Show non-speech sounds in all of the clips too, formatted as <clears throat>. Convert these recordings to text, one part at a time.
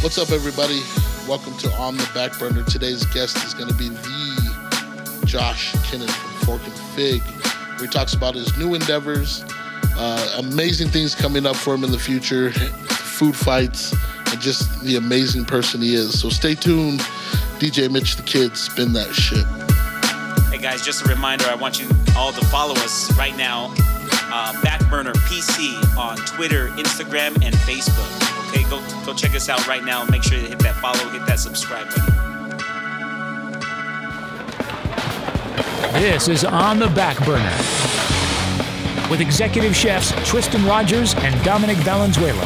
What's up, everybody? Welcome to On the Back Burner. Today's guest is going to be the Josh Kinnan from Fork and Fig, where he talks about his new endeavors, uh, amazing things coming up for him in the future, food fights, and just the amazing person he is. So stay tuned. DJ Mitch the Kid, spin that shit. Hey guys, just a reminder, I want you all to follow us right now. Uh, Backburner PC on Twitter, Instagram, and Facebook. Okay, go go check us out right now. Make sure you hit that follow, hit that subscribe button. This is On the Back Burner with executive chefs Tristan Rogers and Dominic Valenzuela.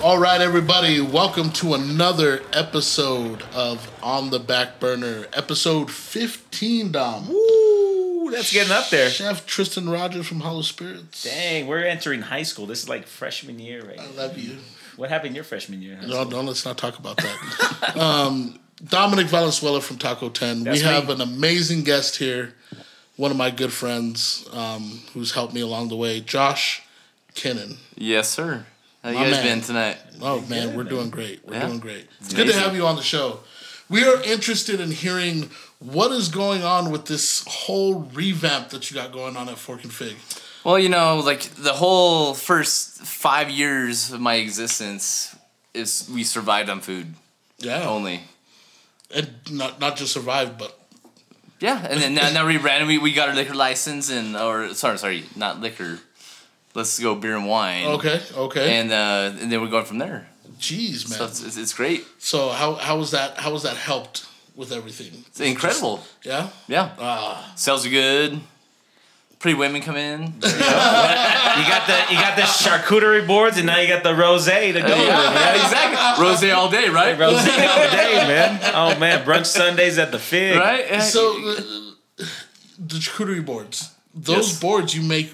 All right, everybody, welcome to another episode of On the Back Burner, episode 15, Dom. Woo! That's getting up there. Chef Tristan Rogers from Hollow Spirits. Dang, we're entering high school. This is like freshman year right I now. love you. What happened your freshman year? huh? No, no, let's not talk about that. <laughs> um, Dominic Valenzuela from Taco 10. That's we have me. an amazing guest here, one of my good friends um, who's helped me along the way, Josh Kennan. Yes, sir. How you My guys man. been tonight? Oh man, we're doing great. We're Yeah. doing great. It's, It's good to amazing. have you on the show. We are interested in hearing what is going on with this whole revamp that you got going on at Fork and Fig. Well, you know, like the whole first five years of my existence is we survived on food Yeah, only. and not not just survive, but Yeah, and then now, now we ran. We, we got our liquor license and or sorry sorry not liquor. Let's go beer and wine. okay, okay. And uh, and then we're going from there. Jeez, So man. it's, it's, it's great. So how how was that? How was that helped with everything? It's incredible. Yeah. Yeah. Ah. Sales are good. Pretty women come <laughs> in. You got the you got the charcuterie boards, and now you got the rosé to go. with it. yeah, exactly. Rose all day, right? <laughs> Rosé all day, man. Oh man, brunch Sundays at the Fig. Right. Yeah. So uh, the charcuterie boards, those Yes. boards you make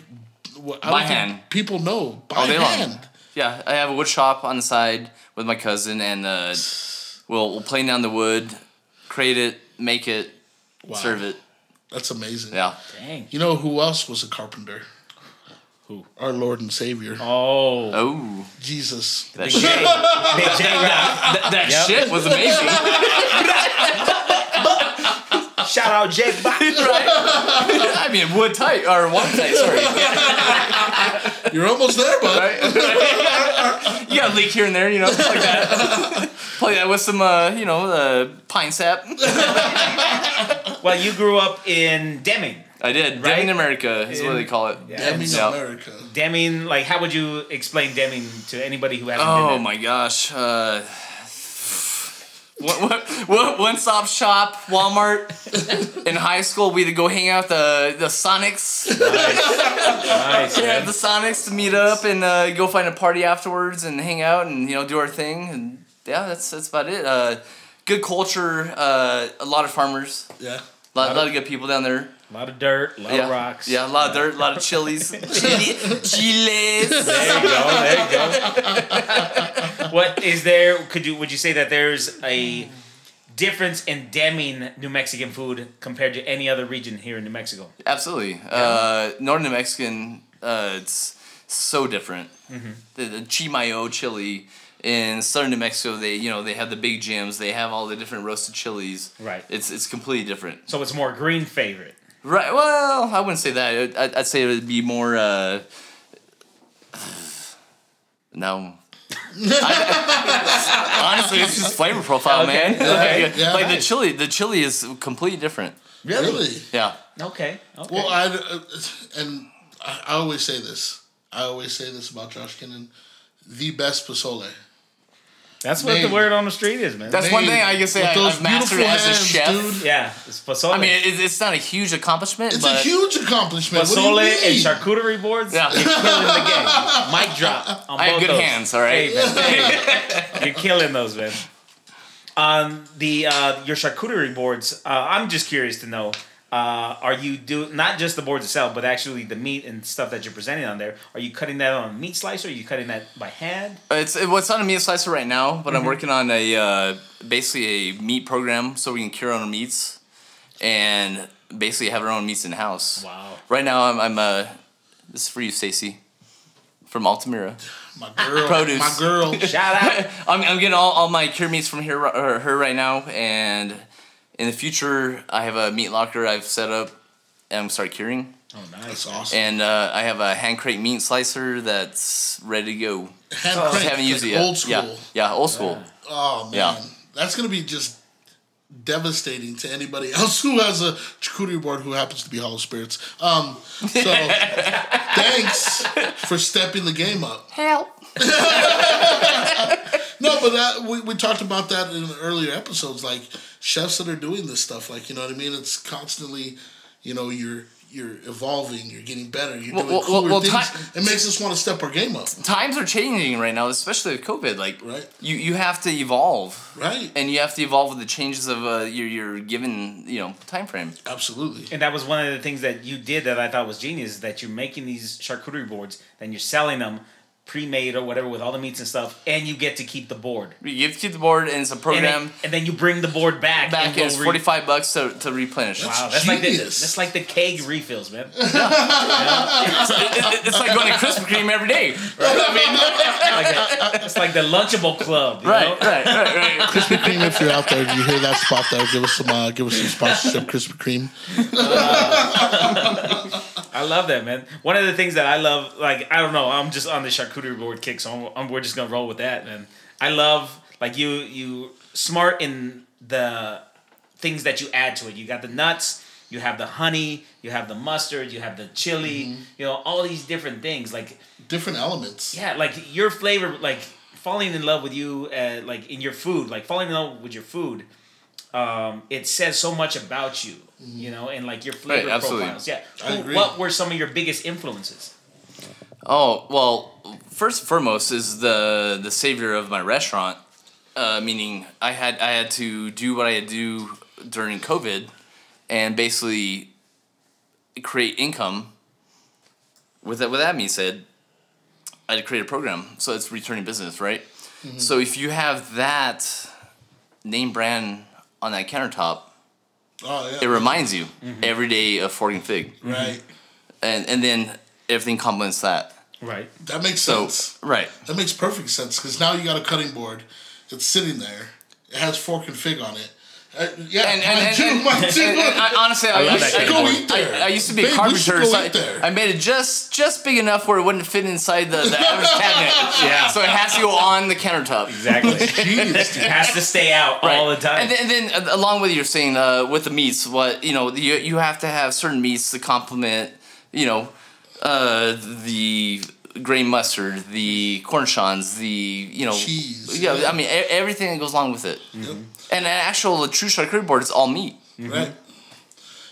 well, I By don't think hand. Oh, People know by All day long. hand. Yeah, I have a wood shop on the side with my cousin, and uh, we'll we'll plane down the wood, create it, make it, Wow, serve it. That's amazing. Yeah, Dang. You know who else was a carpenter? Who? Our Lord and Savior, Oh, Oh, Jesus. that Big J, shit, <laughs> Big J Rock. that, that Yep. shit was amazing. <laughs> Shout out J <laughs> Rock. I mean, wood tight or one tight. Sorry, You're almost there, bud. you got a leak here and there, you know, just like that. Play that with some, uh, you know, uh, pine sap. Well, you grew up in Deming. I did. Right? Right? in America is what they call it. I mean, Yeah. America. Deming, like, how would you explain Deming to anybody who hasn't been Oh there? my gosh. Uh, what, what, what, one stop shop, Walmart. In high school, we'd go hang out at the the Sonics. <laughs> Nice, At man. the Sonics to meet up and uh, go find a party afterwards and hang out and you know do our thing and yeah, that's that's about it. Uh, good culture. Uh, a lot of farmers. Yeah. A lot, lot of good people down there. A lot of dirt, a lot Yeah, of rocks. yeah, a lot of dirt, a lot of <laughs> chilies, Chili, chiles. There you go. There you go. what is there? Could you? Would you say that there's a difference in Deming New Mexican food compared to any other region here in New Mexico? Absolutely. Uh, Northern New Mexican, uh, it's so different. Mm-hmm. The, the Chimayo chili in Southern New Mexico, they you know they have the big jams, they have all the different roasted chilies. Right. It's it's completely different. So it's more green favorite. Right. Well, I wouldn't say that. I'd, I'd say it would be more. Uh, <sighs> <laughs> no. I- honestly, it's just flavor profile, man. Okay. Like, Yeah, like the nice. chili, the chili is completely different. Really? Yeah. Okay. Okay. Well, I uh, and I I always say this. I always say this about Josh Kinnan, the best pozole. That's what Name. the word on the street is, man. That's one Man, thing I can say with I, those I've mastered beautiful as a hands, chef. dude. yeah, it's pozole. I mean, it, it's not a huge accomplishment, It's but a huge accomplishment. pozole what do you and mean? charcuterie boards. Yeah. <laughs> You're killing the game. Mic drop. On I have both good those. hands. All right. Hey, man, hey, you're killing those, man. On the uh, your charcuterie boards, uh, I'm just curious to know: uh, Are you do not just the boards itself, but actually the meat and stuff that you're presenting on there? Are you cutting that on a meat slicer? Are you cutting that by hand? It's it, what's on a meat slicer right now, but Mm-hmm. I'm working on a uh, basically a meat program so we can cure our own meats and basically have our own meats in house. Wow. Right now, I'm, I'm uh, this is for you, Stacy. from Altamira. My girl. Produce. My <laughs> girl. Shout out. I'm, I'm getting all, all my cure meats from here ri- or her right now, and in the future I have a meat locker I've set up and I'm start curing, Oh, nice. Awesome. and uh, I have a hand crank meat slicer that's ready to go. Hand So- crank, Just haven't used it like yet. Old school. Yeah, yeah, old school. Oh man, Yeah. that's gonna be just devastating to anybody <laughs> else who has a charcuterie board who happens to be Hollow Spirits. Um, <laughs> so thanks for stepping the game up. Help. No, but that we, we talked about that in earlier episodes, like chefs that are doing this stuff, like you know what I mean. It's constantly, you know, you're. You're evolving. You're getting better. You're Well, doing well, cooler well, well, things. ti- it makes us want to step our game up, Times are changing right now, especially with COVID. Like, Right. you you have to evolve, right? and you have to evolve with the changes of uh, your your given you know time frame. Absolutely. And that was one of the things that you did that I thought was genius is that you're making these charcuterie boards, then you're selling them pre-made or whatever with all the meats and stuff, and you get to keep the board. You have to keep the board, and it's a And program. then, and then you bring the board back. Back go is re- forty five bucks to, to replenish. Wow, that's like, the, Genius. that's like the keg refills, man. It- it's like going to Krispy Kreme every day. It's <laughs> like the Lunchable Club. You Right, Know? right, right, right. Krispy Kreme, if you're out there, you hear that spot there, give us some, uh, give us some sponsorship, Krispy Kreme. I love that, man. One of the things that I love, like, I don't know, I'm just on the charcuterie board kick, so I'm, I'm- we're just gonna roll with that, man. I love, like, you, you smart in the things that you add to it. You got the nuts, you have the honey, you have the mustard, you have the chili, you know, all these different things. Like, Different elements. yeah, like your flavor, like falling in love with you, uh, like in your food, like falling in love with your food. Um, it says so much about you, you know, and like your flavor Right, absolutely. profiles. Yeah, Mm-hmm. I Who- agree. what were some of your biggest influences? Oh well, first and foremost is the the savior of my restaurant. Uh, meaning, I had I had to do what I had to do during COVID, and basically create income. With that, with that being said, I had to create a program, so it's returning business, right? So if you have that name brand on that countertop, Oh, it yeah. reminds you every day of fork and fig, Right. and and then everything complements that. Right. That makes So sense. right. That makes perfect sense because now you got a cutting board. It's sitting there. It has fork and fig on it. Uh, yeah, and, and, mine and, too, and- mine and- too. and- and I- honestly, I, love used to, that kind of I- Go eat there. I- I used to be Babe, a we should carpenter, go so eat there. I, I made it just just big enough where it wouldn't fit inside the, the average cabinet. Yeah. So it has to go on the <laughs> countertop. Exactly. <laughs> Jeez, dude. it has to stay out all the time. And then, and then uh, along with you're saying uh, with the meats, what you know, you, you have to have certain meats to complement, you know, uh, the grain mustard, the cornichons, the you know, Cheese. Mm. Yeah, I mean e- everything that goes along with it. And an actual true charcuterie board is all meat. Right.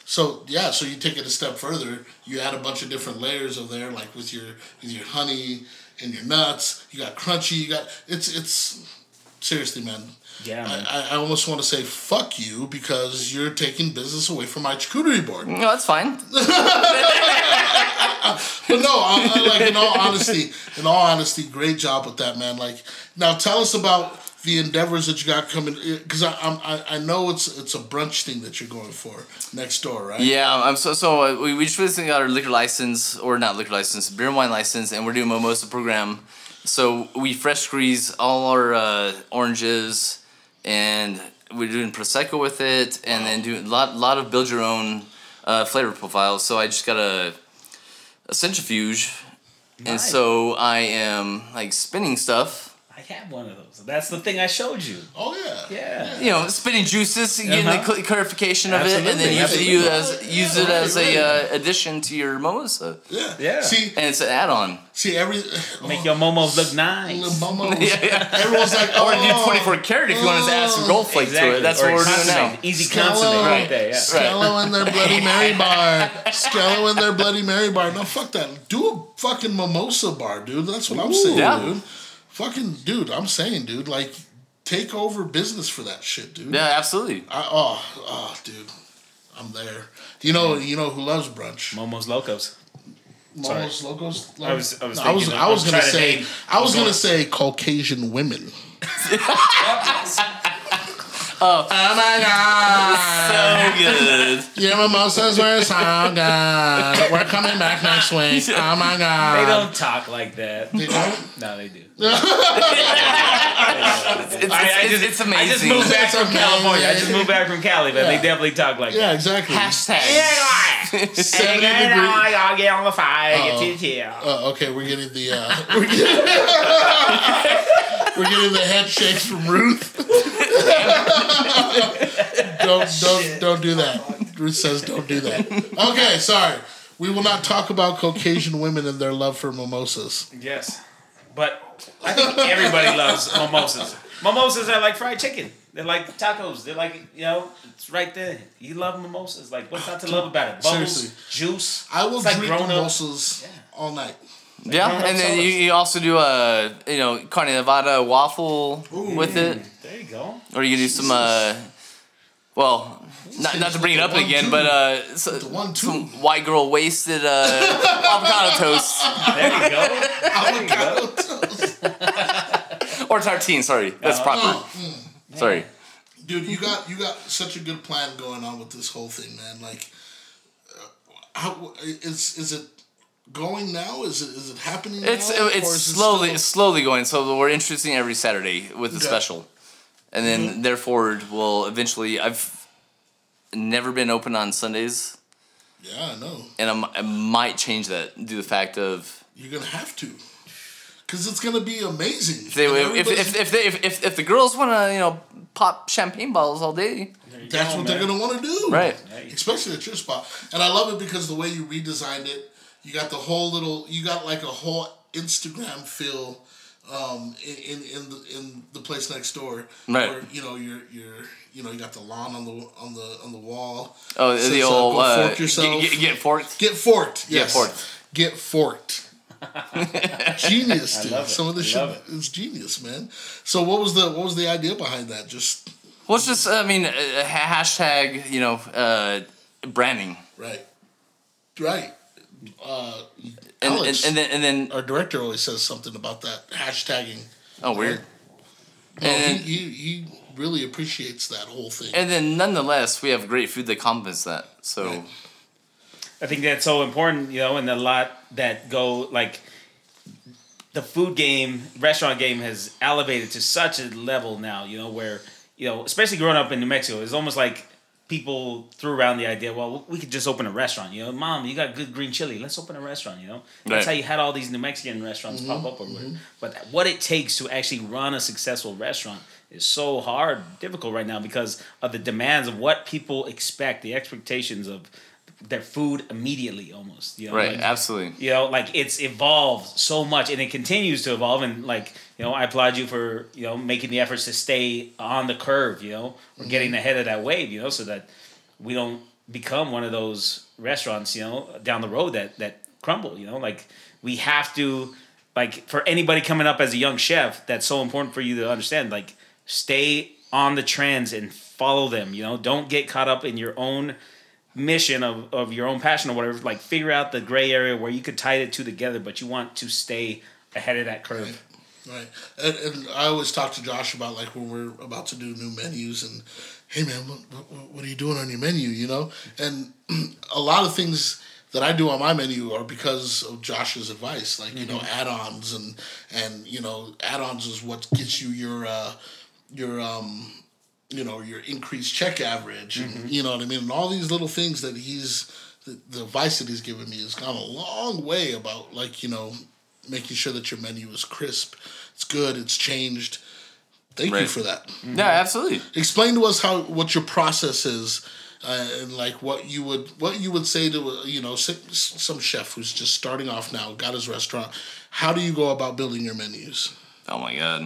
So yeah, so you take it a step further. You add a bunch of different layers of there, like with your with your honey and your nuts. You got crunchy. You got it's it's seriously, man. Yeah, man. I, I, I almost want to say fuck you because you're taking business away from my charcuterie board. <laughs> No, that's fine. But no, I, I- like in all honesty, in all honesty, great job with that, man. Like now, tell us about the endeavors that you got coming because I, I'm- I I know it's it's a brunch thing that you're going for next door, right? Yeah, I'm so so. Uh, we, we just recently got our liquor license, or not liquor license, beer and wine license, and we're doing mimosa program. So we fresh squeeze all our uh, oranges, and we're doing prosecco with it, and then doing a lot lot of build your own uh, flavor profiles. So I just got a, a centrifuge, and Nice. so I am like spinning stuff. I had one of those. That's the thing I showed you. Oh yeah. Yeah. You know, spinning juices, getting the Uh-huh. cl- clarification of it, and Absolutely, then use it, you as, absolutely. use it as a uh, addition to your mimosa. Yeah. Yeah. See, and it's an add-on. see, every oh, Make your momos look nice. <laughs> momos. Yeah, yeah. Everyone's like, oh, Or do 24 karat if you want to add some gold flake Exactly. to it. That's Or what we're doing consommé. now. Easy Scallo, consommé right there. Yeah. Scallo in their <laughs> Bloody Mary bar. Scallo in their Bloody Mary bar. No, fuck that. Do a fucking mimosa bar, dude. That's what I'm saying, Yeah. dude. Fucking, dude, I'm saying, dude, like, take over business for that shit, dude. Yeah, absolutely. I, oh, oh, dude. I'm there. You know, you know who loves brunch? Momos locos. Momos, logos. I was- I was No, I was, thinking- I was I'm gonna trying to say, name- I was gonna say Caucasian women. Oh my Ah. god! So good. Your mimosas were so good. We're coming back next week. Oh my Um, They god! don't talk like <laughs> that. They don't. No, they do. It's, it's, I- I it's, just- it's I just amazing. moved back That's from okay. California. Oh, I just moved back from Cali, but Yeah. they definitely talk like Yeah, that. exactly. Hashtag. <laughs> Seventy Hey, degree- now uh, y'all get on the fire, get to the hill. Uh, okay, we're getting the uh, <laughs> we're, getting, we're getting the head shakes from Ruth. <laughs> don't don't don't do that. Ruth says don't do that. Okay, sorry. We will not talk about Caucasian women and their love for mimosas. Yes, but I think everybody loves mimosas. Mimosas are like fried chicken. They're like tacos. They're like you know, it's right there. You love mimosas. Like what's not to love about it? Bubbles, Seriously. juice. I will It's like drink grown up. mimosas all night. Yeah, and then you, you also do a you know carne nevada waffle with it, There you go. or you can do some. Uh, well, not, not to bring it up One, again, two. but uh, so, One two. some white girl wasted uh, <laughs> avocado toast There you go. There you go. <laughs> or tartine. Sorry, Uh, that's oh. proper. Sorry. Dude, you got you got such a good plan going on with this whole thing, man. Like, uh, how is is it going now? Is it is it happening? It's now? it's Or is it slowly still- slowly going. So we're introducing every Saturday with the Okay. Mm-hmm. special, and then therefore we'll eventually. I've never been open on Sundays, yeah, I know. and I'm, I might change that due to the fact of You're gonna have to, cause it's gonna be amazing. they, if, if, if, they, if, if if the girls want to you know pop champagne bottles all day, that's what they're gonna want to do, Right. Especially at your spot, and I love it because the way you redesigned it, you got the whole little, you got like a whole Instagram feel. Um, in, in, in the in the place next door, Right. Where, you know you're you're you know you got the lawn on the on the on the wall. oh Says, the uh, old go uh, fork yourself. Get, get, get forked. Get forked. Yes. forked. Get <laughs> forked. genius, dude. love it. Some of this shit I love is genius, man. So what was the what was the idea behind that? Just Well, it's just I mean uh, ha- hashtag you know uh, branding, right, right. Uh, and, and Alex, and then and then our director always says something about that hashtagging. oh weird. No, And- he, he he really appreciates that whole thing. And then nonetheless, we have great food that complements that. So Right. I think that's so important, you know, and a lot that go like the food game, restaurant game has elevated to such a level now, you know, where, you know, especially growing up in New Mexico, it's almost like people threw around the idea, well, we could just open a restaurant, you know, mom, you got good green chili, let's open a restaurant, you know. Right. That's how you had all these New Mexican restaurants pop up or whatever. But what it takes to actually run a successful restaurant is so hard, difficult right now because of the demands of what people expect, the expectations of their food immediately almost. You know? right, Like, absolutely. you know, like it's evolved so much and it continues to evolve. And like, you know, I applaud you for, you know, making the efforts to stay on the curve, you know, or getting ahead of that wave, you know, so that we don't become one of those restaurants, you know, down the road that, that crumble, you know, like we have to, like for anybody coming up as a young chef, that's so important for you to understand, like stay on the trends and follow them, you know, don't get caught up in your own mission of, of your own passion or whatever, like figure out the gray area where you could tie the two together, but you want to stay ahead of that curve. Right, and, and I always talk to Josh about like when we're about to do new menus and, hey man, what, what, what are you doing on your menu? You know, and <clears throat> a lot of things that I do on my menu are because of Josh's advice, like you know Mm-hmm. add-ons and and you know add-ons is what gets you your uh, your um, you know your increased check average, and, Mm-hmm. you know what I mean, and all these little things that he's the, the advice that he's given me has gone a long way about like you know making sure that your menu is crisp, it's good, it's changed. Thank you Right. for that Yeah, absolutely. explain to us how what your process is uh, and like what you would what you would say to uh, you know s- s- some chef who's just starting off now got his restaurant how do you go about building your menus Oh my god.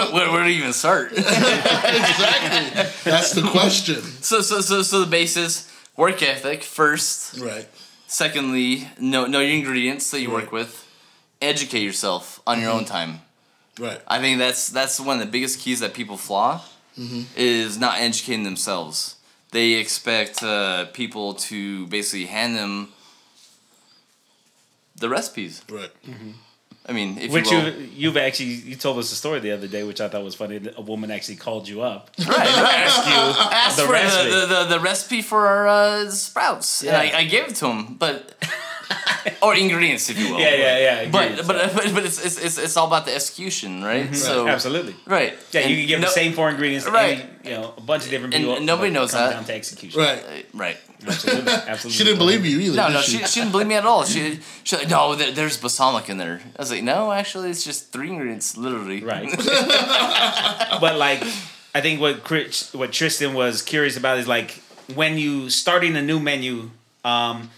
where, where do you even start? <laughs> exactly that's the question So so so so the basis work ethic first. right Secondly, know know your ingredients that you work with. Educate yourself on your Mm-hmm. own time. right I think that's that's one of the biggest keys that people flaw Mm-hmm. is not educating themselves. They expect uh, people to basically hand them the recipes. right I mean, if Which you you will. you've actually you told us a story the other day, which I thought was funny. that A woman actually called you up. Right, ask you ask the for uh, recipe. The, the, the, the recipe for our uh, sprouts, and Yeah. I, I gave it to him, but <laughs> or ingredients, if you will. Yeah, yeah, yeah. But agreed. but but, but it's, it's it's it's all about the execution, right? So absolutely. right. Yeah, you And can give no- the same four ingredients to Right. any, you know, a bunch of different And people. nobody but it knows comes that. down to execution. Right. <laughs> Right. Absolutely. Absolutely. She didn't believe you either. No, did no, she? she, she didn't believe me at all. Mm-hmm. She, she like, no, there, there's balsamic in there. I was like, no, actually, it's just three ingredients, literally. Right. <laughs> but like, I think what Chris, what Tristan was curious about is like when you starting a new menu. Um,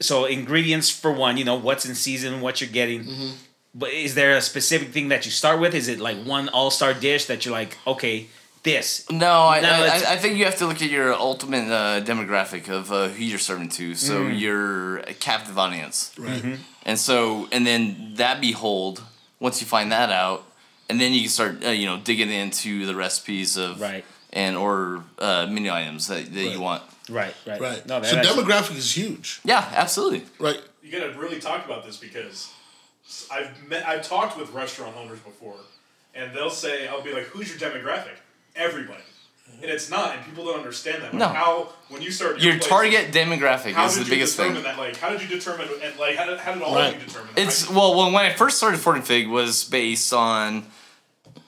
so ingredients for one, you know what's in season, what you're getting. Mm-hmm. But is there a specific thing that you start with? Is it like one all star dish that you're like, okay, this? No, I, No, I, it's- I, I think you have to look at your ultimate uh, demographic of uh, who you're serving to. So Mm. your captive audience, Right. and so and then that behold, once you find that out, and then you can start uh, you know digging into the recipes of Right. and or uh, menu items that, that Right. you want. Right, right, Right. No, that so actually- demographic is huge. Yeah, absolutely. Right. You gotta really talk about this because I've met, I've talked with restaurant owners before, and they'll say, "I'll be like, who's your demographic? Everybody." And it's not, and people don't understand that. Like No. how when you start Your place, target demographic how is did the you biggest determine thing. that? Like, how did you determine? And like, how did, how did all Right. of you determine? that? It's well, when when I first started Ford and Fig was based on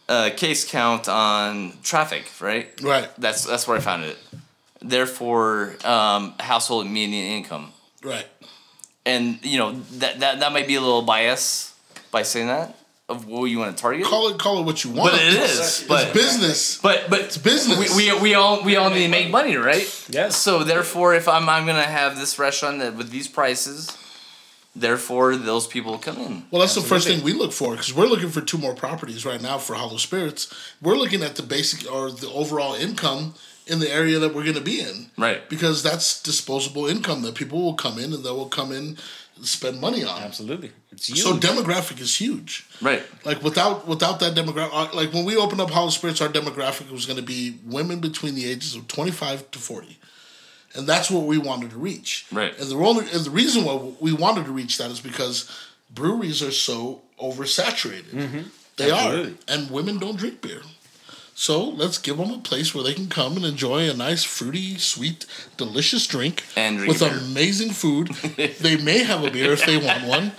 uh, case count on traffic, right? Right. That's that's where I found it. Therefore, um, household median income, Right. and you know that that that might be a little bias by saying that of what you want to target, Call it call it what you want. but it It's is. But business. but but business. We, we, we all we all need to make money, right? Yes. So therefore, if I'm I'm gonna have this restaurant that with these prices, therefore those people come in. Well, that's the first thing we look for because we're looking for two more properties right now for Hollow Spirits. We're looking at the basic or the overall income in the area that we're going to be in. Right. Because that's disposable income that people will come in and they will come in and spend money on. absolutely. It's you. So demographic is huge. Right. Like without without that demographic, like when we opened up Hollow Spirits, our demographic was going to be women between the ages of twenty five to forty, and that's what we wanted to reach. Right. And the only and the reason why we wanted to reach that is because breweries are so oversaturated. They Absolutely. are, and women don't drink beer. So let's give them a place where they can come and enjoy a nice, fruity, sweet, delicious drink And drink with beer. amazing <laughs> food. they may have a beer if they want one.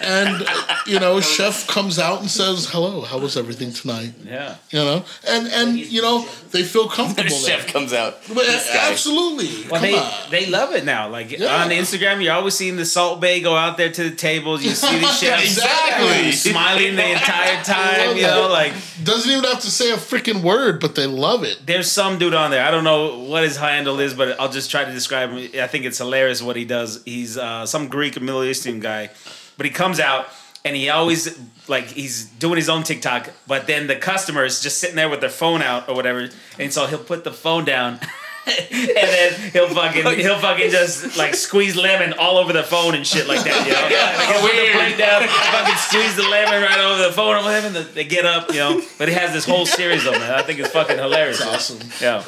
And you <laughs> know, chef comes out and says, "Hello, how was everything tonight?" yeah. You know, and and you know they feel comfortable. there. chef comes out. But This guy. absolutely, Well, come they on. they love it now. Like Yeah. on Instagram, you're always seeing the Salt Bay go out there to the tables. You <laughs> see these chefs Exactly. smiling <laughs> the entire time. You know, that. like Doesn't even have to say a freaking word, but they love it. there's some dude on there. I don't know what his handle is, but I'll just try to describe him. I think it's hilarious what he does. He's uh, some Greek or Middle Eastern guy, but he comes out and he always like he's doing his own TikTok. But then the customer is just sitting there with their phone out or whatever, and so he'll put the phone down. <laughs> and then he'll fucking he'll fucking just like squeeze lemon all over the phone and shit like that, you know. Like, he'll put the plate down, fucking squeeze the lemon right over the phone. I'm having the, they get up, you know. But he has this whole series of them. and I think it's fucking hilarious. Awesome. <laughs> Yeah.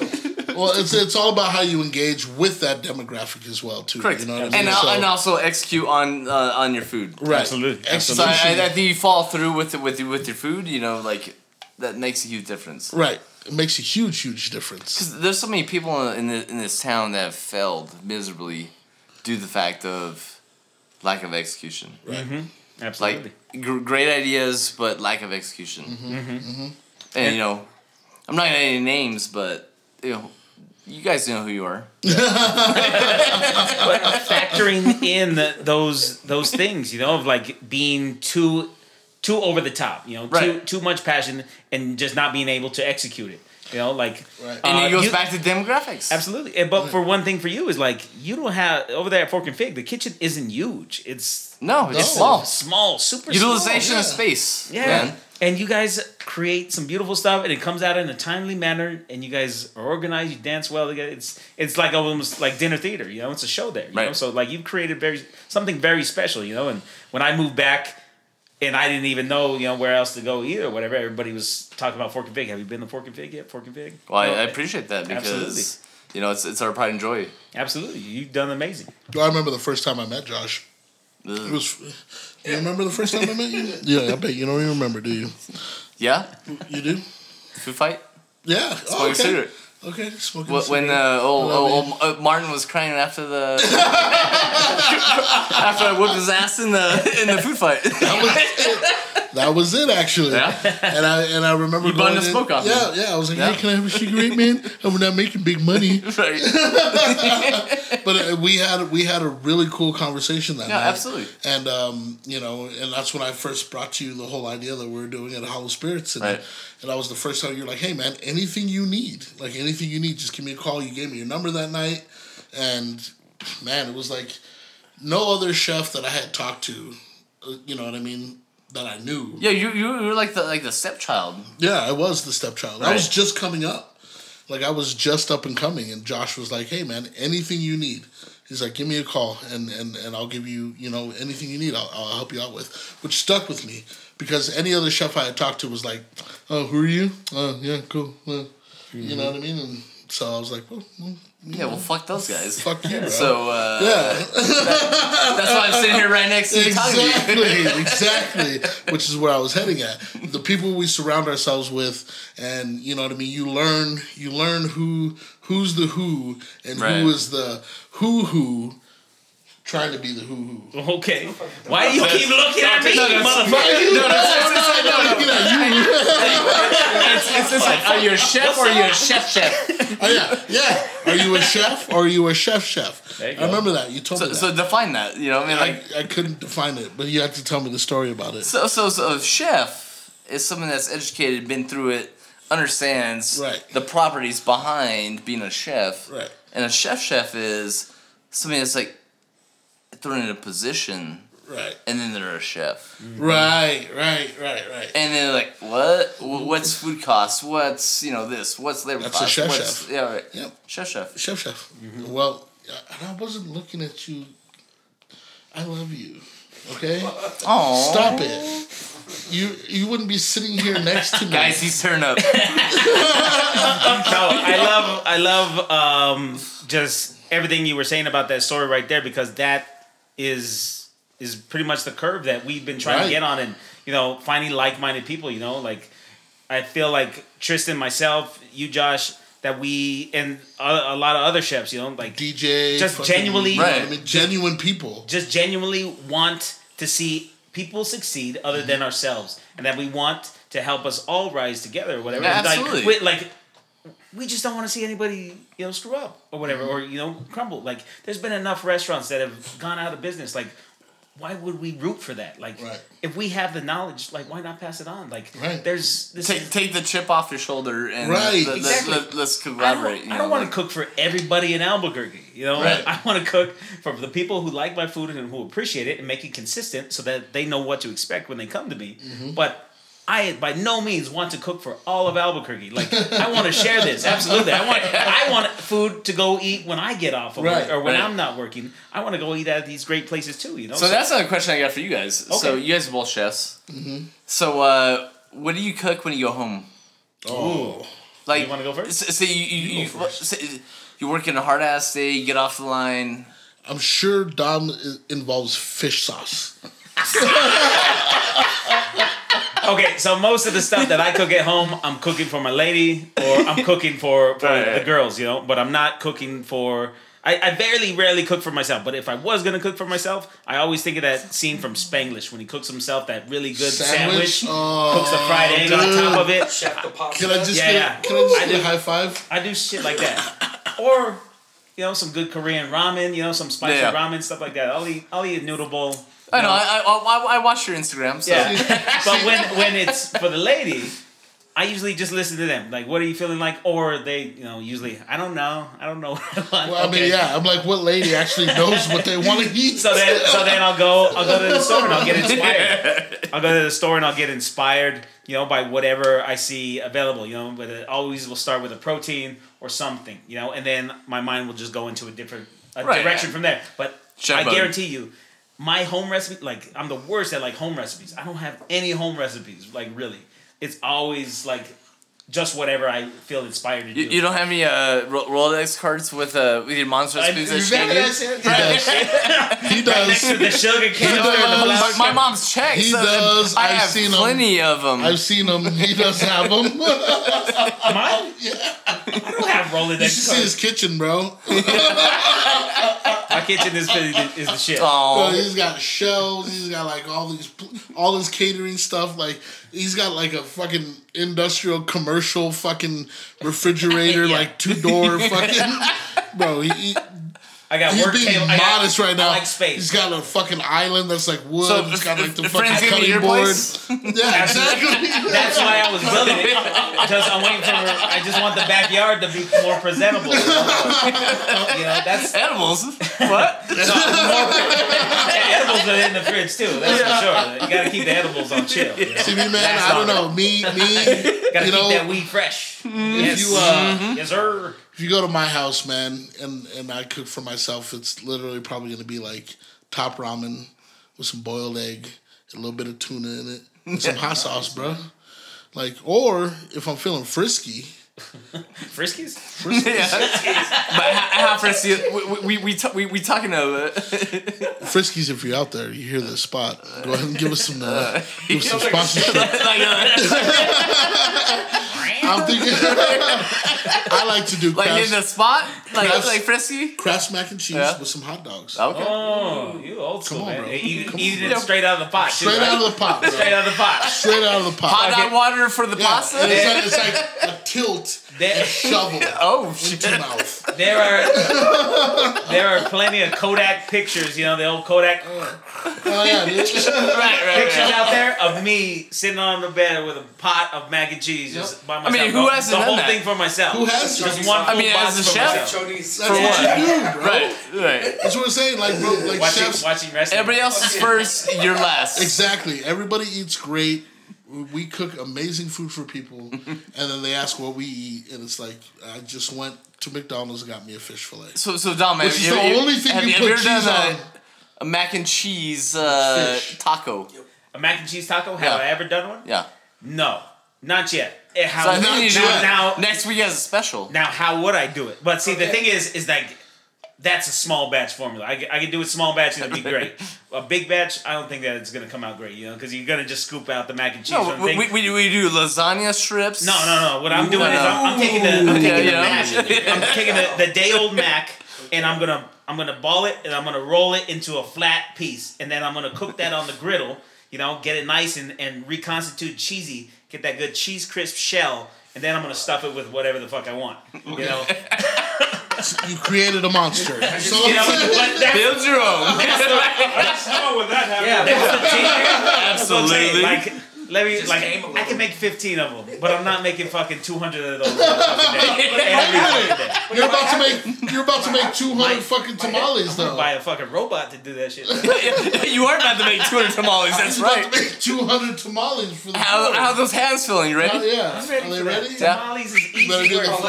Well, it's it's all about how you engage with that demographic as well, too. Correct. You know what I mean? and, al- So- and also execute on uh, on your food. right. Absolutely. So I, I, Execution. I think you follow through with with with your food. You know, like that makes a huge difference. right. It makes a huge, huge difference. There's so many people in the, in this town that have failed miserably due to the fact of lack of execution. Right. Like Absolutely. gr- great ideas, but lack of execution. Mm-hmm. And you know, I'm not gonna name names, but you know, you guys know who you are. but <laughs> factoring in the, those those things, you know, of like being too too over the top, you know, Right. too too much passion and just not being able to execute it. You know, like Right. And uh, it goes you- back to demographics. Absolutely. And- But for one thing for you is like you don't have over there at Fork and Fig, the kitchen isn't huge. It's No, it's No. small. small, super Utilization yeah. of space. Small. Yeah. man. And you guys create some beautiful stuff and it comes out in a timely manner and you guys are organized, you dance well together. It's it's like almost like dinner theater, you know, it's a show there. You know? Right. So like you've created very something very special, you know, and when I moved back and I didn't even know, you know, where else to go either, whatever. Everybody was talking about Fork and Fig. Have you been to Fork and Fig yet? Fork and Fig? Well, I, No. I appreciate that because Absolutely. you know it's it's our pride and joy. Absolutely. You've done amazing. <laughs> I remember the first time I met Josh. It was. You remember the first time I met you? <laughs> Yeah, I bet you don't even remember, do you? Yeah, You do? food fight. Yeah. Oh, Smoking okay. cigarette. Okay, smoking. Wh- When cigarette. uh, old, Love old, old uh, Martin was crying after the after I whooped his ass in the in the food fight. that was it actually. Yeah. And I and I remember You going burned the in- smoke off Yeah, yeah. I was like, Yeah. hey, can I have a cigarette, <laughs> man? I'm not making big money. right. But uh, we had we had a really cool conversation that Yeah, night. absolutely. And um, you know, and that's when I first brought to you the whole idea that we were doing it at Hollow Spirits, and Right. and that was the first time you were like, "Hey, man, anything you need, like anything you need, just give me a call." You gave me your number that night, and man, it was like no other chef that I had talked to, uh, you know what I mean, that I knew. Yeah, you you were like the like the stepchild. Yeah, I was the stepchild. I was Right. just coming up. Like I was just up and coming and Josh was like, Hey man, anything you need. He's like, Give me a call and, and, and I'll give you, you know, anything you need, I'll, I'll help you out with. Which stuck with me because any other chef I had talked to was like, Oh, who are you? Oh, yeah, cool. Uh, You Mm-hmm. know what I mean? And so I was like, Well, well Yeah, well, fuck those guys. fuck <laughs> you, bro. So uh, yeah, that's why I'm sitting here right next to you talking to you. exactly, exactly. Which is where I was heading at. The people we surround ourselves with, and you know what I mean. You learn, you learn who who's the who and Right. who is the who who trying to be the who who. <laughs> Okay. Why do you keep looking at me, you motherfucker? no, Oh, It's, it's, it's like, are you a chef or are you a chef chef? oh, yeah, yeah. Are you a chef or are you a chef chef? There you I go. remember that you told So, me that. so define that. You know, what I mean, like I, I couldn't define it, but you had to tell me the story about it. So, so, so a chef is someone that's educated, been through it, understands Right. the properties behind being a chef. Right. And a chef chef is somebody that's like thrown in a position Right, and then they're a chef. right, right, right, right. And they're like, what? Wh- What's food costs? What's, you know, this? What's labor That's a costs? chef What's, chef. Yeah, right. Yep. Chef chef. Chef Chef. Mm-hmm. Well, and I wasn't looking at you. I love you. Okay? Oh. Stop it. You you wouldn't be sitting here next to me. Guys, he's <laughs> turned up. No, I love I love um, just everything you were saying about that story right there because that is is pretty much the curve that we've been trying Right. to get on and you know finding like minded people. You know, like I feel like Tristan, myself, you, Josh, that we and a, a lot of other chefs. You know, like DJ. Just fucking- genuinely- you know what I Right. mean, genuine people. just genuinely want to see people succeed other than ourselves and that we want to help us all rise together or whatever Yeah, And, absolutely. like we, like we just don't want to see anybody you know screw up or whatever or you know crumble like there's been enough restaurants that have gone out of business like why would we root for that like Right. if we have the knowledge like why not pass it on like Right. there's this take, take the chip off your shoulder and Right. let, Exactly. us I collaborate. don't, you know, I don't want like- to cook for everybody in Albuquerque. You know, Right. I want to cook for the people who like my food and who appreciate it and make it consistent so that they know what to expect when they come to me. Mm-hmm. But I by no means want to cook for all of Albuquerque. Like I want to share this. Absolutely. I want I want food to go eat when I get off of Right. work or when Right. I'm not working. I want to go eat at these great places too, you know. So that's another question I got for you guys. So Okay. you guys are both chefs. Mm-hmm. So uh, what do you cook when you go home? Oh. Like, wanna go first? s- Say you you, you, go what- say you work in a hard ass day. You get off the line. I'm sure Dom i- involves fish sauce. Okay, so most of the stuff that I cook at home, I'm cooking for my lady or I'm cooking for, for Right, the right. girls, you know, but I'm not cooking for. I, I barely, rarely cook for myself, but if I was gonna cook for myself, I always think of that scene from Spanglish when he cooks himself that really good sandwich, Sandwich? Oh, cooks the fried egg on dude. top of it. Chef the pasta. Can I just Yeah, get, yeah. Can I just I get a do. high five? I do shit like that. Or, you know, some good Korean ramen, you know, some spicy Yeah. ramen, stuff like that. I'll eat, I'll eat a noodle bowl. I know. I I, I, I watch your Instagram. So. Yeah. <laughs> but when when it's for the lady, I usually just listen to them. Like, what are you feeling like? Or they, you know, usually I don't know. I don't know. <laughs> What I want. Well, I Okay. mean, yeah. I'm like, what lady actually knows what they <laughs> want to eat? So then, <laughs> so then I'll go. I'll go to the store and I'll get inspired. I'll go to the store and I'll get inspired. You know, by whatever I see available. You know, but it always will start with a protein or something. You know, and then my mind will just go into a different a Right, direction yeah. from there. But Chef I Bob. guarantee you, my home recipe. Like I'm the worst at like home recipes. I don't have any home recipes. Like really, it's always like just whatever I feel inspired to do. You, you don't have any uh, Ro- Rolodex cards with uh, with your monstrous I- foods you that she remember gave you? He <laughs> does. He Next does. to <laughs> the sugar cane He over and the does. My, flower my cane. mom's checks. He uh, does. I I've have seen 'em. plenty of them. I've seen him. He does have them. <laughs> Mine? I don't have Oh, you should Rolodex see his cards. kitchen, bro. My kitchen is, the- is the shit. Bro, Oh, he's got shelves. He's got like all these, pl- all his catering stuff. Like he's got like a fucking industrial commercial fucking <laughs> refrigerator, Yeah. like two door fucking. Bro, he, he, I got he's work Oh, being table. I got- modest right now. I like space. He's got a fucking island that's like wood. So, he's got like the if- if fucking friends give me cutting your board. place? <laughs> Yeah, <laughs> exactly. That's why I was <laughs> building it. Because I'm waiting for. I just want the backyard to be more <laughs> presentable. you know, that's edibles. what? so more, and edibles are in the fridge too. That's for sure. You gotta keep the edibles <laughs> on chill. You know? See me, man. That's I don't all. know. Me, me. Gotta You keep know- that weed fresh. If you uh, Yes, Mm-hmm. sir. if you go to my house, man, and and I cook for myself, it's literally probably gonna be like top ramen with some boiled egg, a little bit of tuna in it, and some hot sauce, bro. Like, or if I'm feeling frisky, Friskies. yeah. but how frisky? We we we ta- we, we talking of friskies if you're out there, you hear this spot, go ahead and give us some, uh, give us some like a- sponsorship. like uh, I'm thinking, <laughs> I like to do <laughs> like crafts, in the spot like Crafts. like frisky. crafts mac and cheese Yeah. with some hot dogs, Okay. Oh, you old school Come on, man. bro. Eat, Come eat on, it bro. straight out of the pot. too, straight right? out of the pot, bro. Straight out of the <laughs> pot. straight out of the pot. Hot dot water for the Yeah, pasta. It's, like, it's like a tilt There, shovel. Oh into shit! your mouth. <laughs> there are there are plenty of Kodak pictures. You know the old Kodak Oh yeah, dude. Right, right, pictures right. out there of me sitting on the bed with a pot of mac and cheese just by myself. mean, who The- hasn't the done whole that? thing for myself. Who has just Chinese one I full mean, box as a for chef? myself. Chinese. That's what you do, bro. Right, right. That's what I'm saying. Like, bro, like Watching chefs. watching wrestling. Everybody else is first, you're last. Exactly. Everybody eats great. We cook amazing food for people, and then they ask what we eat, and it's like I just went to McDonald's and got me a fish fillet. So, so Dom, Which have is you, the you- only thing have you you put ever done cheese a, on. a mac and cheese uh, Fish. taco? a mac and cheese taco. Have Yeah. I ever done one? Yeah. No, not yet. Eh, How, So I now, think you should do it now, now next week as a special. now how would I do it? But see, the thing is, is like that's a small batch formula. I, c- I can do a small batch and <laughs> it'd be great. A big batch, I don't think that it's gonna come out great. You know, because you're gonna just scoop out the mac and cheese. No, and we, think- we, we, we do lasagna strips. No, no, no. What I'm doing no, is I'm, I'm taking the I'm Ooh. taking Yeah, the yeah. mac. I'm taking the, the day old mac, and I'm gonna I'm gonna ball it and I'm gonna roll it into a flat piece, and then I'm gonna cook that on the griddle. You know, get it nice and and reconstitute cheesy. Get that good cheese crisp shell, and then I'm gonna stuff it with whatever the fuck I want. You know, You created a monster. So you know. But that's, Build your own. that's the That's not what that happened. yeah, that's the cheater. Absolutely. Like. Let me like came a I little. can make fifteen of them, but I'm not making fucking two hundred of those every fucking day. Every fucking day. you're about to make you're about to make two hundred fucking tamales I'm gonna though. buy a fucking robot to do that shit. <laughs> you are about to make 200 tamales, that's You're about right. to make two hundred tamales for the. How, food. how are those hands feeling? You ready? Oh, yeah. I'm ready Are they for that. ready? Yeah. Tamales is easy. Better do work. the Oh,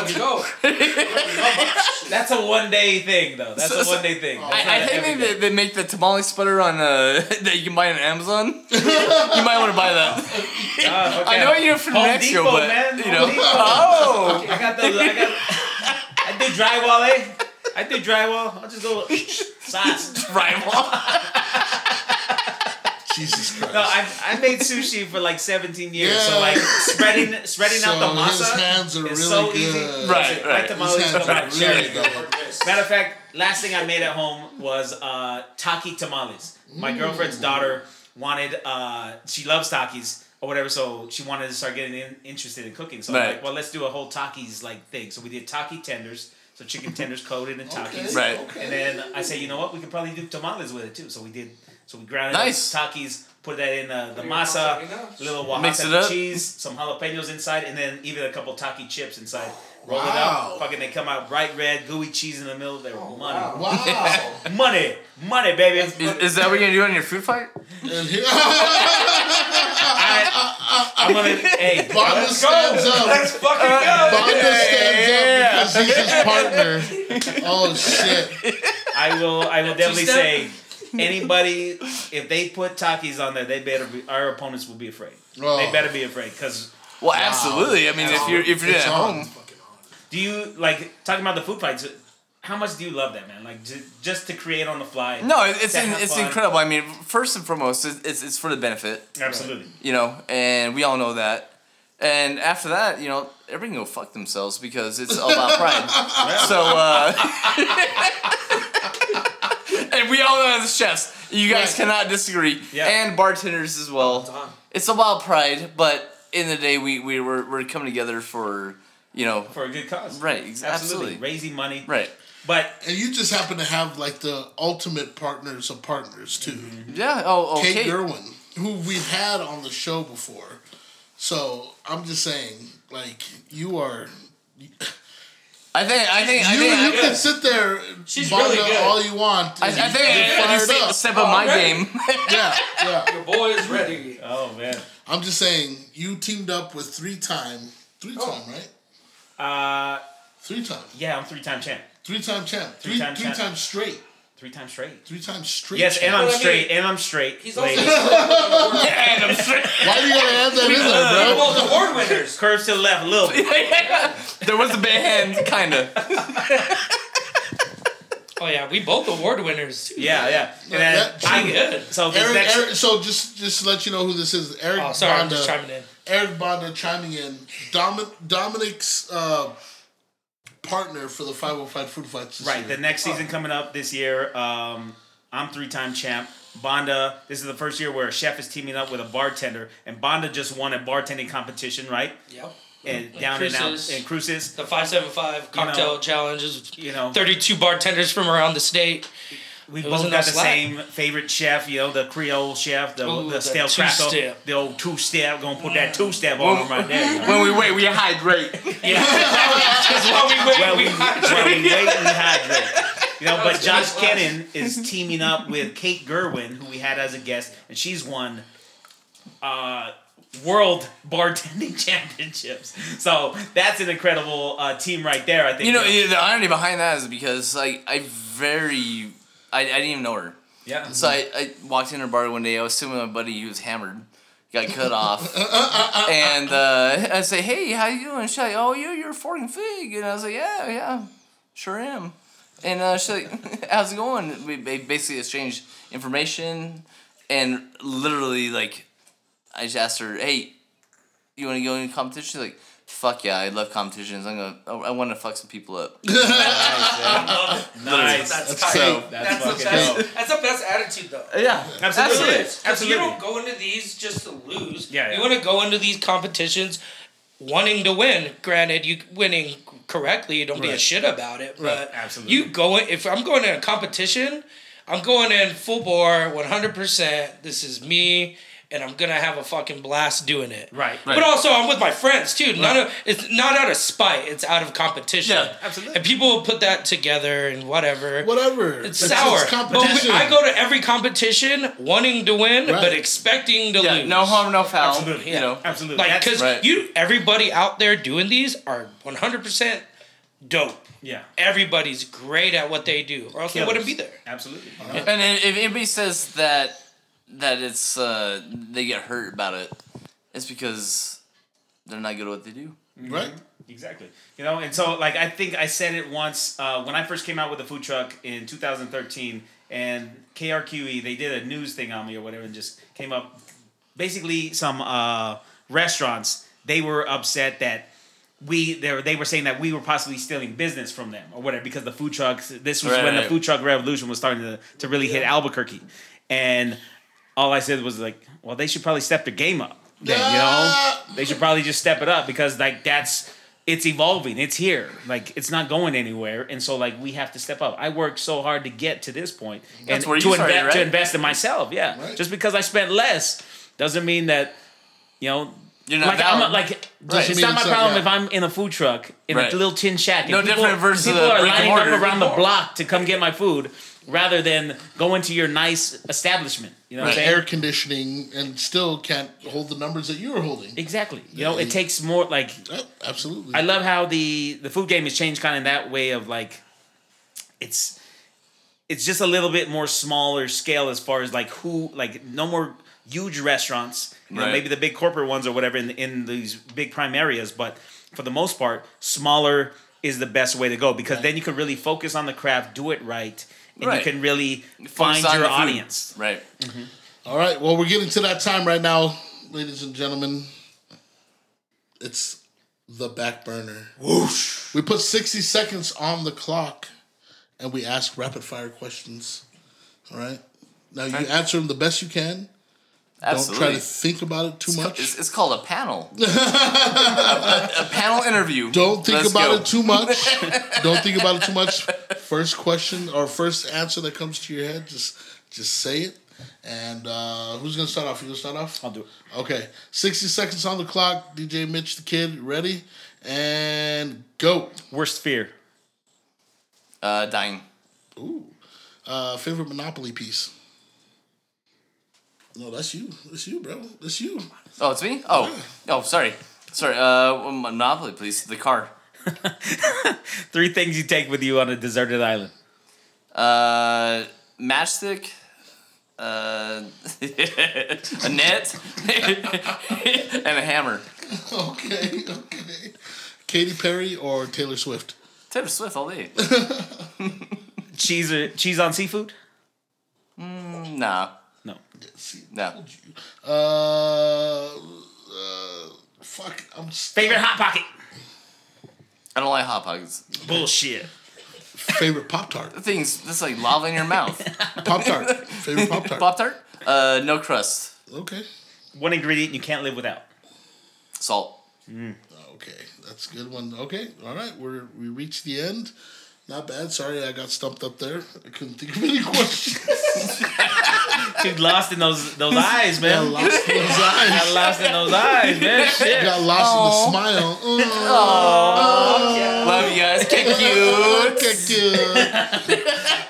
let's go. That's a one day thing, though. That's So- a one day thing. That's I, I not think every they, day. they make the tamale sputter on uh, <laughs> that you can buy on Amazon. <laughs> you might want to buy that. Ah, fuck I yeah. know you're from Home New Mexico, Depot, but man. you Home know. Depot. Oh, I got those. I got. I do drywall, eh? I do drywall. I'll just <laughs> go sauce. rival. Jesus Christ. No, I I made sushi for like 17 years, Yeah. so like spreading spreading so out the his masa. hands are really is so easy. good. Right, My right. tamales His come out hands are really cherry. good. Matter of fact, last thing I made at home was uh, taki tamales. Mm. My girlfriend's daughter wanted, uh, she loves takis or whatever, so she wanted to start getting in, interested in cooking. So I'm Right. like, well, let's do a whole takis like thing. So we did taki tenders, so chicken tenders coated in takis. Okay, Right. okay. And then I say, you know what? We could probably do tamales with it too. So we did. So we ground Nice. it up, takis, put that in uh, the Put your wasabi masa, nuts. little Mix it up. Oaxaca cheese, some jalapenos inside, and then even a couple taki chips inside. Roll Wow. Oh. it up. Fucking, they come out bright red, gooey cheese in the middle. They're money, wow. Wow. money, money, baby. Is, is that what you're gonna do on your food fight? and here, <laughs> I, I'm gonna. <laughs> Hey, Uh, Bonda stands up. Let's fucking go. Bonda stands up because he's his partner. Oh shit! I will. I will definitely Two-step? say, anybody if they put takis on there, they better be. Our opponents will be afraid. Oh. They better be afraid because Well, absolutely. I mean, if you're if you're It's at on. home, Fucking on. Do you like talking about the food fights? How much do you love that, man? Like j- just to create on the fly. no, it- it's to in, have it's fun. incredible. I mean, first and foremost, it's it's, it's for the benefit, Absolutely. you know, and we all know that. And after that, you know, everyone can go fuck themselves because it's all about pride. so, uh, <laughs> and we all know as chefs, you guys Right. cannot disagree, Yeah. and bartenders as well. Time. it's about pride, but in the day we we were we're coming together for you know For a good cause. right ex- absolutely, Absolutely. Raising money. right But And you just happen to have like the ultimate partners of partners too, yeah oh okay Kate Gerwin, who we've had on the show before. So I'm just saying, like you are, you, I think I think I you think I- can sit there, She's bond really up good. all you want. I, and I think you're I, I fired just think up. step up my Already? game <laughs> yeah, yeah. Your boy is ready. oh man, I'm just saying, you teamed up with three time, three Oh. time, right? uh, Three time, yeah, I'm three time champ, three time champ, three Three-time three champ. times straight, three times straight. three times straight. Yes, and champ. I'm Well, I mean, straight. And I'm straight. He's also ladies. and I'm straight. why do you gotta add that in there, They're bro? both award winners. curves to the left a little bit. there was a bad hand kind of Oh yeah, we both award winners. too. Yeah, yeah. And then That- I Good. So this Eric, next, Eric, so just just to let you know who this is. Eric Oh, sorry, I'm Bonda- just chiming in. Eric Bonda chiming in. Domin, Dominic's uh, partner for the 505 Food Fights. This right, the Year. next season coming up this year. Um, I'm three time champ. Bonda, this is the first year where a chef is teaming up with a bartender, and Bonda just won a bartending competition, right? Yep. And down in out Cruces. in cruises. The five seven five cocktail know- challenges. You know, Thirty two bartenders from around the state. we both wasn't got no the slack. same favorite chef, you know, the Creole chef, the, Ooh, the, the stale cracker, two-step. the old two step. Gonna put that two step on him right there. when we wait we hydrate While we wait, Well, we <laughs> we, well, we wait and hydrate. You know, but Josh Kennan is teaming up with Kate Gerwin, who we had as a guest, and she's won uh, World Bartending <laughs> Championships. So that's an incredible uh, team right there. I think. you know yeah, the irony behind that is because like I very I, I didn't even know her yeah. so I, I walked in her bar one day I was sitting with my buddy he was hammered got cut <laughs> off and uh, I say hey how you doing she's like oh you you're a forking fig and I was like yeah yeah sure am and uh, she's like <laughs> how's it going we ba- basically exchanged information and literally like I just asked her hey you want to go in a competition she's like fuck yeah I love competitions I'm gonna I- I want to fuck some people up Nice. That's, That's so- that's, that's, fucking the best. dope. That's the best attitude though. yeah Absolutely. absolutely. Because you Absolutely. don't go into these just to lose. Yeah, yeah. You want to go into these competitions wanting to win. Granted, you winning correctly, you don't be a Right. shit about it. But absolutely. you go in, if I'm going in a competition, I'm going in full bore, 100%. This is me. And I'm gonna have a fucking blast doing it. Right. But also, I'm with my friends too. None of it's not out of spite. It's out of competition. Yeah, absolutely. And people will put that together and whatever. Whatever. It's sour. competition. But I go to every competition wanting to win, Right. but expecting to yeah lose. no harm no foul Absolutely. you know Absolutely. Like, That's- because right. you, everybody out there doing these are 100% dope. yeah. Everybody's great at what they do, or else they wouldn't be there. Absolutely. And i- if anybody says that that it's uh, they get hurt about it, it's because they're not good at what they do. right? Exactly. You know, and so like I think I said it once uh, when I first came out with the food truck in 2013, and KRQE E, they did a news thing on me or whatever, and just came up. Basically, some uh, restaurants they were upset that we they were, they were saying that we were possibly stealing business from them or whatever because the food trucks. This was Right, when the right. food truck revolution was starting to to really hit Albuquerque, and all I said was like, well, they should probably step their game up. Then, you know, Yeah. they should probably just step it up because like that's it's evolving. It's here. Like it's not going anywhere. And so like we have to step up. I worked so hard to get to this point. That's and where you to, started, inve- right? to invest in myself. Yeah. Right. Just because I spent less doesn't mean that you know You're not like I'm valid. not, like Doesn't it's mean not my it's not- problem yeah. if I'm in a food truck in Right. a little tin shack. and No people, different versus people a are brick and lining up mortar. around the block to come get my food rather than going to your nice establishment. You know what I'm There's saying? air conditioning and still can't hold the numbers that you were holding. Exactly. You know, it takes more like Yep, absolutely. I love how the the food game has changed kind of in that way of like it's it's just a little bit more smaller scale as far as like who like no more huge restaurants, you know, Right. maybe the big corporate ones or whatever in, in these big prime areas. But for the most part, smaller is the best way to go because then you can really focus on the craft, do it right, and Right. you can really Focus find on your the food. audience. Right. All right. Well, we're getting to that time right now, ladies and gentlemen. It's the back burner. Whoosh. We put 60 seconds on the clock and we ask rapid fire questions. All right. Now you answer them the best you can. Absolutely. Don't try to think about it too much. It's, it's called a panel. <laughs> a, a- a panel interview. Don't think Let's about go. it too much. <laughs> Don't think about it too much. First question or first answer that comes to your head, just just say it. And uh, who's gonna start off? You gonna start off? I'll do it. Okay, sixty seconds on the clock. DJ Mitch, the kid, ready and go. Worst fear. Uh, dying. Ooh, uh, favorite Monopoly piece. No, that's you. That's you, bro. That's you. <laughs> Oh, it's me. Oh, oh, sorry, sorry. Uh, Monopoly, please. The car. Three things you take with you on a deserted island. Uh, matchstick. Uh, <laughs> a net <laughs> and a hammer. Okay, okay. Katy Perry or Taylor Swift? Taylor Swift all day. Cheese or cheese on seafood? Mm, Nah, No. no. Uh, uh, fuck. I'm s- Favorite hot pocket? I don't like hot pockets. Bullshit. favorite Pop Tart. The things that's like lava in your mouth. <laughs> Pop Tart. Favorite Pop Tart. Pop tart. Uh, no crust. Okay. One ingredient you can't live without. Salt. Okay, that's a good one. Okay, all right, we're we reached the end. Not bad. Sorry, I got stumped up there. I couldn't think of any <laughs> questions. Dude, lost in those those eyes, I <laughs> man. lost those eyes. Got lost in those eyes, man. Shit. Got lost in the smile. Oh, Love you guys. Kick <laughs> you. okay, good.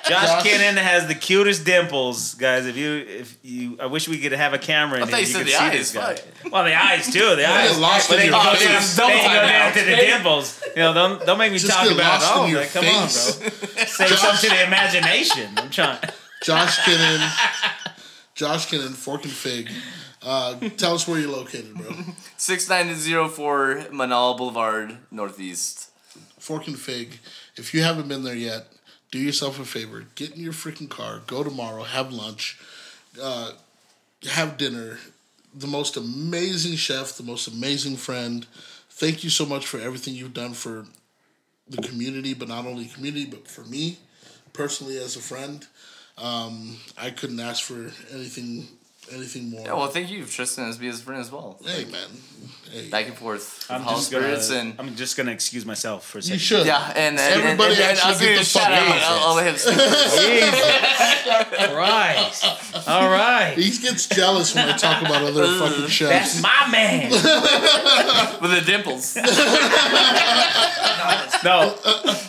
Josh Cannon has the cutest dimples, guys. If you if you, I wish we could have a camera in I thought here. you You said could the see eyes. this guy. Fuck. Well, the <laughs> eyes too. The I eyes. get lost in your Go yeah, down, face. double they go time down out. to the dimples. You know, don't don't make me Just talk get about lost all in of your that. Come face. on, bro. Save some to the imagination. I'm trying. <laughs> <laughs> Josh Kinnan. Josh Kinnan, Fork and Fig. Uh, tell us where you're located, bro. 6904 Manal Boulevard, Northeast. Fork and Fig. If you haven't been there yet, do yourself a favor. Get in your freaking car. Go tomorrow. Have lunch. Uh, have dinner. The most amazing chef. The most amazing friend. Thank you so much for everything you've done for the community, but not only community, but for me personally as a friend. Um, I couldn't ask for anything, anything more. Yeah, well, thank you, Tristan, as being his friend as well. hey man, hey. Back and forth. I'm Hall just gonna. spirits and. I'm just gonna excuse myself for a second. you should. Yeah, and, and, and, Everybody and, and I was actually going get to the shout fuck out out. all of him. Christ. All right. He gets jealous when I talk about <laughs> other fucking chefs. That's my man. with the <laughs> dimples. No.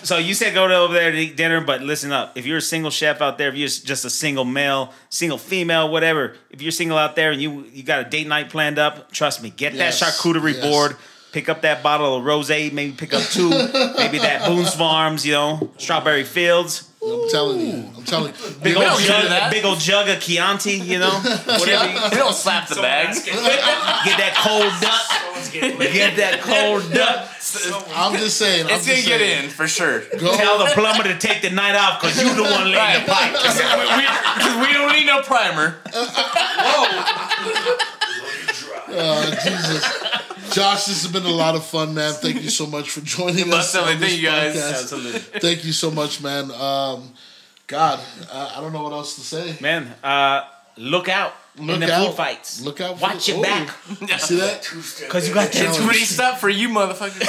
So you said go to over there to eat dinner, but listen up. If you're a single chef out there, if you're just a single male, single female, whatever, if you're single out there and you you got a date night planned up, trust me, get Yes, that charcuterie yes. board. Pick up that bottle of rosé, maybe pick up two, maybe that Boone's Farms, you know, Strawberry Fields, I'm telling you. I'm telling you. big We old don't do jug, that. big old jug of Chianti, you know, whatever. You, We don't slap the bags. get that cold duck, Someone's getting <laughs> get that cold duck. I'm just saying. I'm It's going to just get saying. in, for sure. Tell the plumber to take the night off because you the one <laughs> laying the pipe. Because we don't need no primer. Oh, Uh, Jesus. Josh, this has been a lot of fun, man. Thank you so much for joining must us. have. on Thank this you, guys. podcast. Absolutely. Thank you so much, man. Um, God, I, I don't know what else to say. Man, uh, look out Look in the out. food fights. Look out. for- Watch your oh, back, You see that? cause you got It's that. pretty stuff for you, motherfucker.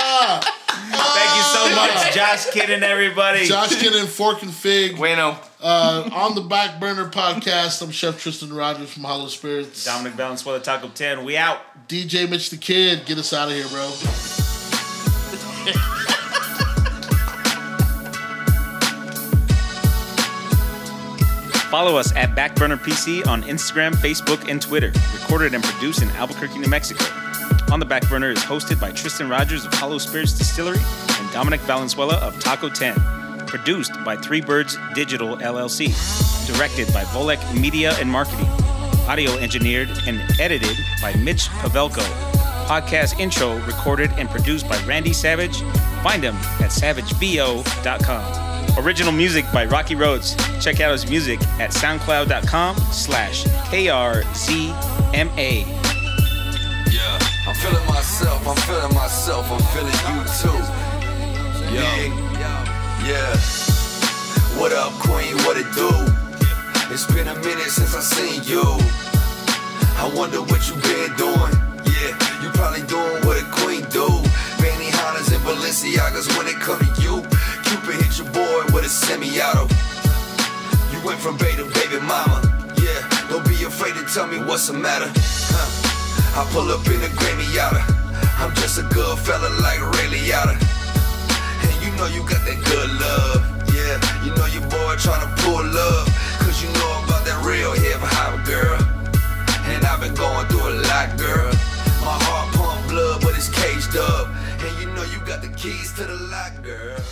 Thank you so much, Josh Kidding, everybody. Josh getting fork and fig Bueno. uh, on the back burner podcast. I'm Chef Tristan Rogers from Hollow Spirits. Dominic Valenzuela, Taco Ten. We out. DJ Mitch the Kid, get us out of here, bro. Follow us at Backburner PC on Instagram, Facebook, and Twitter. Recorded and produced in Albuquerque, New Mexico. On the Backburner is hosted by Tristan Rogers of Hollow Spirits Distillery and Dominic Valenzuela of Taco 10. Produced by Three Birds Digital LLC. Directed by Volek Media and Marketing. Audio engineered and edited by Mitch Pavelko. Podcast intro recorded and produced by Randy Savage. Find him at savagevo.com. Original music by Rocky Rhodes. Check out his music at soundcloud.com slash KRZMA. Yeah, I'm feeling myself, I'm feeling myself, I'm feeling you too. Yo, yeah. What up, queen? What it do? It's been a minute since I seen you. I wonder what you been doing. Yeah, you probably doing what a queen do. Pantyhondas and Balenciagas when it come to you. Cupid hit your boy with a semi-auto. You went from baby to baby mama. Yeah, don't be afraid to tell me what's the matter. Huh. I pull up in a Grammy yada. I'm just a good fella like Ray Liotta. And you know you got that good love. Yeah, you know your boy tryna pull up. Cause you know about that real hip hop girl. And I've been going through a lot, girl. My heart pump blood, but it's caged up. And you know you got the keys to the lock, girl.